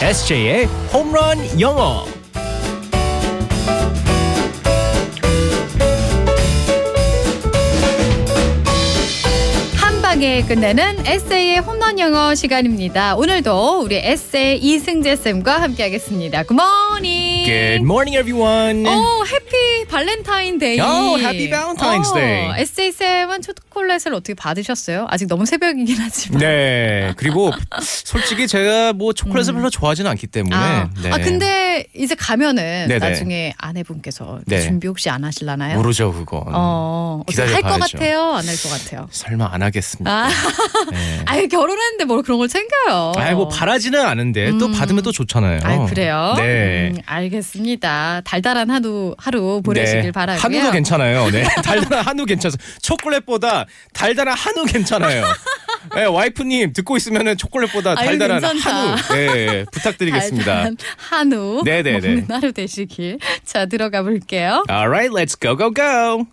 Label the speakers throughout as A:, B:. A: SJ의 홈런 영어.
B: 한 방에 끝내는 에세이의 홈런 영어 시간입니다. 오늘도 우리 에세이 이승재 쌤과 함께하겠습니다. 굿모닝.
A: Good morning, everyone.
B: 오, 해피 발렌타인데이.
A: Oh, happy Valentine's Day.
B: 에세이 쌤은 초콜릿을 어떻게 받으셨어요? 아직 너무 새벽이긴 하지만.
A: 네. 그리고 솔직히 제가 뭐 초콜릿을 별로 좋아하진 않기 때문에.
B: 음. 아,
A: 네.
B: 아, 근데 이제 가면은
A: 네네.
B: 나중에 아내분께서
A: 네.
B: 준비 혹시 안 하실라나요?
A: 모르죠 그건.
B: 어, 할 것
A: 기다려봐야죠.
B: 같아요? 안 할 것 같아요?
A: 설마 안 하겠습니까?
B: 아,
A: 네.
B: 아유, 결혼했는데 뭘 그런 걸 챙겨요.
A: 아이 뭐 바라지는 않은데 또
B: 어. 음.
A: 받으면 또 좋잖아요.
B: 아 그래요?
A: 네.
B: 음, 알겠습니다. 달달한 하루 하루 보내시길
A: 네.
B: 바라고요.
A: 한우도 괜찮아요. 네. 달달한 한우 괜찮아서 초콜릿보다 달달한 한우 괜찮아요. 네, 와이프님 듣고 있으면은 초콜릿보다
B: 아유,
A: 달달한
B: 괜찮다.
A: 한우 네, 부탁드리겠습니다.
B: 달달한 한우
A: 네네네.
B: 먹는 하루 되시길. 자 들어가 볼게요.
A: Alright, let's go go go.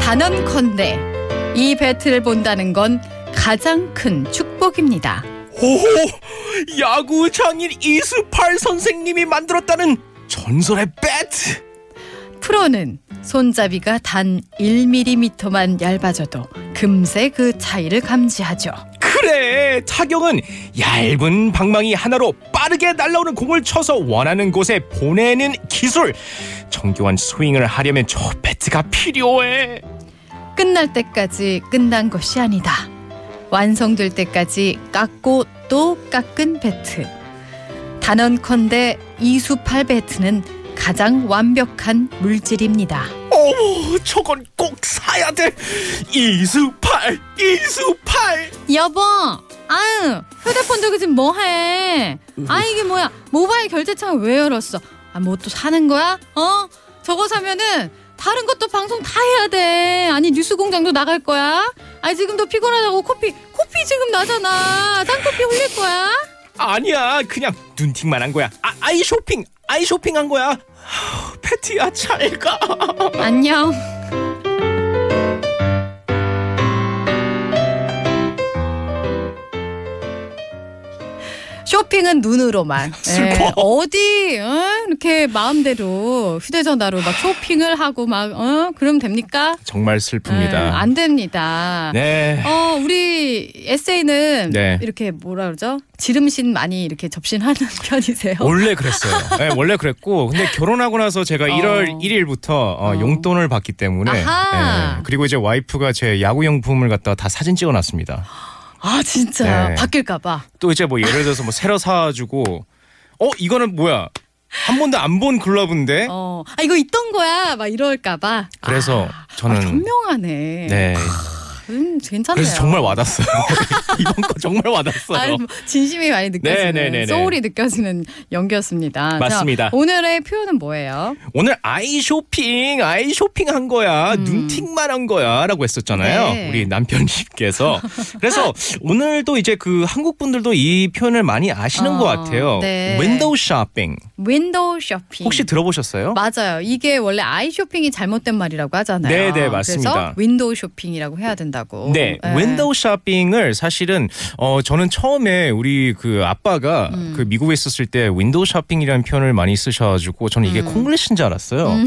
B: 단언컨대 이 배틀을 본다는 건 가장 큰 축복입니다.
A: 오, 야구 장인 이수팔 선생님이 만들었다는 전설의 배트.
B: 프로는 손잡이가 단 1mm만 얇아져도 금세 그 차이를 감지하죠.
A: 그래, 타격은 얇은 방망이 하나로 빠르게 날아오는 공을 쳐서 원하는 곳에 보내는 기술. 정교한 스윙을 하려면 저 배트가 필요해.
B: 끝날 때까지 끝난 것이 아니다. 완성될 때까지 깎고 또 깎은 배트. 단언컨대 이수팔 배트는 가장 완벽한 물질입니다.
A: 어머, 저건 꼭 사야 돼. 이수팔, 이수팔.
B: 여보, 아유, 휴대폰 저기 지금 뭐해? 아 이게 뭐야? 모바일 결제창을 왜 열었어? 아 뭐 또 사는 거야? 어? 저거 사면은 다른 것도 방송 다 해야 돼. 아니 뉴스 공장도 나갈 거야. 아니 지금도 피곤하다고 코피 코피 지금 나잖아. 쌍코피 흘릴 거야.
A: 아니야, 그냥 눈팅만 한 거야. 아, 아이 쇼핑, 아이 쇼핑 한 거야. 하, 패티야, 잘 가.
B: 안녕. 쇼핑은 눈으로만
A: 슬퍼.
B: 예, 어디 어? 이렇게 마음대로 휴대전화로 막 쇼핑을 하고 막 어? 그럼 됩니까?
A: 정말
B: 예, 안 됩니다.
A: 네.
B: 어 우리 에세이는
A: 네.
B: 이렇게 뭐라 그러죠? 지름신 많이 이렇게 접신하는 편이세요?
A: 원래 그랬어요. 네, 원래 그랬고 근데 결혼하고 나서 제가
B: 어.
A: 1월 1일부터 어,
B: 어.
A: 용돈을 받기 때문에
B: 아하.
A: 예, 그리고 이제 와이프가 제 야구 용품을 갖다 다 사진 찍어놨습니다.
B: 아 진짜
A: 네.
B: 바뀔까봐.
A: 또 이제 뭐 예를 들어서 뭐 새로 사주고 어 이거는 뭐야 한 번도 안 본 글러브인데
B: 어, 아 이거 있던 거야 막 이럴까봐.
A: 그래서 저는
B: 아, 현명하네.
A: 네
B: 음, 괜찮네요.
A: 그래서 정말 와닿았어요. 이번 거 정말 와닿았어요.
B: 아유, 뭐 진심이 많이 느껴지는
A: 네네네네.
B: 소울이 느껴지는 연기였습니다. 자,
A: 맞습니다.
B: 오늘의 표현은 뭐예요?
A: 오늘 아이 쇼핑, 아이 쇼핑 한 거야, 눈팅만 한 거야, 라고 했었잖아요.
B: 음. 네.
A: 우리 남편님께서. 그래서 오늘도 이제 그 한국 분들도 이 표현을 많이 아시는
B: 어,
A: 것 같아요.
B: 네. 음.
A: 윈도우 쇼핑.
B: 윈도우 쇼핑.
A: 혹시 들어보셨어요?
B: 맞아요. 이게 원래 아이 쇼핑이 잘못된 말이라고 하잖아요.
A: 네네, 맞습니다.
B: 그래서 윈도우 쇼핑이라고 해야 된다고. 예.
A: 네, 윈도우 쇼핑을 사실은 어 저는 처음에 우리 그 아빠가
B: 음.
A: 그 미국에 있었을 때 윈도우 쇼핑이라는 표현을 많이 쓰셔가지고 저는
B: 음.
A: 이게 콩글리시인 줄 알았어요.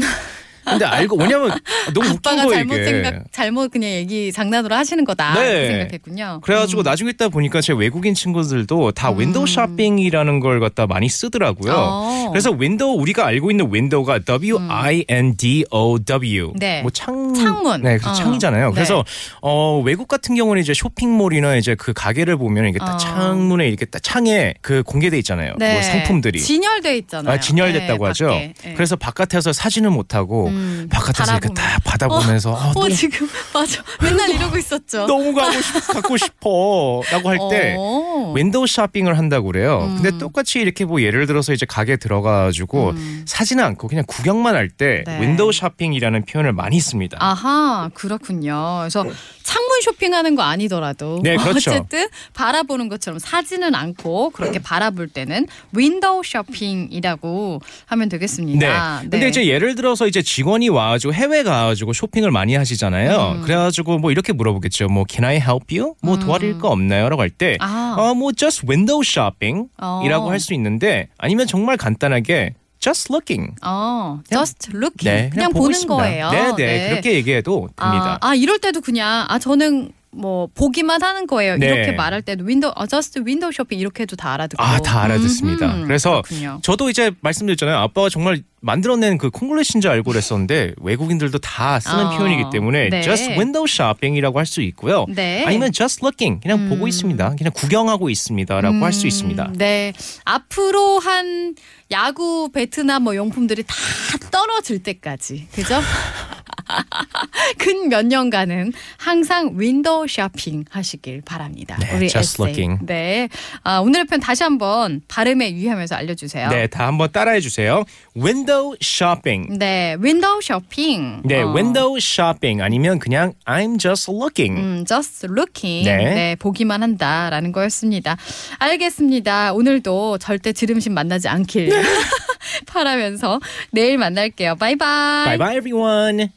A: 근데 알고 왜냐면 너무 웃긴
B: 아빠가
A: 거예요
B: 잘못
A: 이게.
B: 생각, 잘못 그냥 얘기 장난으로 하시는 거다.
A: 네.
B: 이렇게 생각했군요.
A: 그래가지고 나중에 있다 보니까 제 외국인 친구들도 다 윈도우 쇼핑이라는 걸 갖다 많이 쓰더라고요.
B: 음. 어.
A: 그래서 윈도우 우리가 알고 있는 윈도우가 W I N D O W
B: 네.
A: 뭐창
B: 창문.
A: 네, 그
B: 어.
A: 창이잖아요.
B: 네.
A: 그래서 어 외국 같은 경우는 이제 쇼핑몰이나 이제 그 가게를 보면 이게 딱
B: 어.
A: 창문에 이렇게 딱 창에 그 공개돼 있잖아요. 뭐 상품들이
B: 네. 진열돼 있잖아요.
A: 아, 진열됐다고
B: 네,
A: 하죠.
B: 밖에. 네.
A: 그래서 바깥에서 사진을 못 하고
B: 음,
A: 바깥에서 이렇게
B: 바라보면.
A: 딱 받아보면서 아,
B: 어
A: 너무
B: 지금 맞아 맨날 이러고 있었죠.
A: 너무 가고 싶, 갖고 싶어라고 할 때
B: 어. 음.
A: 윈도우 쇼핑을 한다고 그래요. 근데 똑같이 이렇게 뭐 예를 들어서 이제 가게 들어가가지고 사진은 않고 그냥 구경만 할 때
B: 음. 네.
A: 윈도우 쇼핑이라는 표현을 많이 씁니다.
B: 아하 그렇군요. 그래서 창문 쇼핑하는 거 아니더라도 뭐
A: 네, 그렇죠. 음.
B: 어쨌든 바라보는 것처럼 사진은 않고 그렇게 바라볼 때는 윈도우 쇼핑이라고 하면
A: 네.
B: 되겠습니다. 네.
A: 근데 이제 네. 예를 들어서 이제 병원이 와가지고 해외 가가지고 쇼핑을 많이 하시잖아요.
B: 음.
A: 그래가지고 뭐 이렇게 물어보겠죠. 뭐 Can I help you? 뭐
B: 음.
A: 도와드릴 거 없나요?라고 할 때
B: 아.
A: 어 뭐 just window shopping이라고
B: 어.
A: 할 수 있는데 아니면 정말 간단하게 just looking.
B: 어,
A: 그냥-
B: just looking.
A: 네,
B: 그냥, 보는
A: 있습니다.
B: 거예요.
A: 네,
B: 네.
A: 네, 그렇게 얘기해도 됩니다.
B: 아, 아, 이럴 때도 그냥 아 저는 뭐 보기만 하는 거예요.
A: 네.
B: 이렇게 말할 때도 윈도우 어, 저스트 윈도우 쇼핑 이렇게 해도 다 알아듣고. 음,
A: 아, 다 알아듣습니다. 그래서
B: 그렇군요.
A: 저도 이제 말씀드렸잖아요. 아빠가 정말 만들어낸 그 콩글리시인 줄 알고 그랬었는데 외국인들도 다 쓰는
B: 어,
A: 표현이기 때문에
B: 네.
A: just window shopping이라고 할 수 있고요.
B: 네.
A: 아니면 just looking 그냥
B: 음.
A: 보고 있습니다. 그냥 구경하고 있습니다라고 할 수
B: 음,
A: 있습니다.
B: 네. 앞으로 한 야구 배트나 뭐 용품들이 다 떨어질 때까지. 그죠? 근 몇 년간은 항상 윈도우 쇼핑 하시길 바랍니다.
A: 네,
B: 우리
A: just
B: 에세이.
A: looking.
B: 네. 아, 오늘의 표현 다시 한번 발음에 유의하면서 알려주세요.
A: 네, 다 한번 따라해 주세요. window shopping.
B: 네, 윈도우 쇼핑.
A: 네,
B: 어,
A: window shopping 아니면 그냥 I'm just looking.
B: 음, just looking.
A: 네.
B: 네, 보기만 한다라는 거였습니다. 알겠습니다. 오늘도 절대 지름신 만나지
A: 네.
B: 않길 바라면서 내일 만날게요. 바이바이.
A: Bye bye everyone.